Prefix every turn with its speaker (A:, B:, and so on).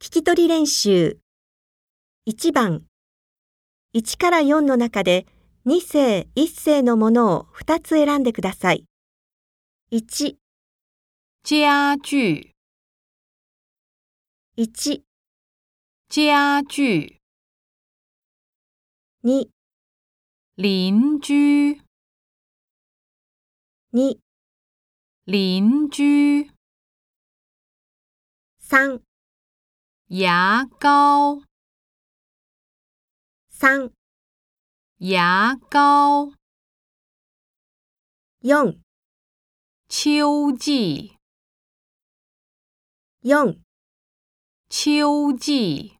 A: 聞き取り練習。1番。1から4の中で2世、1世のものを2つ選んでください。1、
B: 家具、
A: 1、
B: 家具，
A: 2、
B: 邻居，
A: 2、
B: 邻居，
A: 3、
B: 牙膏，
A: 3、
B: 牙膏，
A: 4、
B: 秋季，
A: 4。
B: 秋季。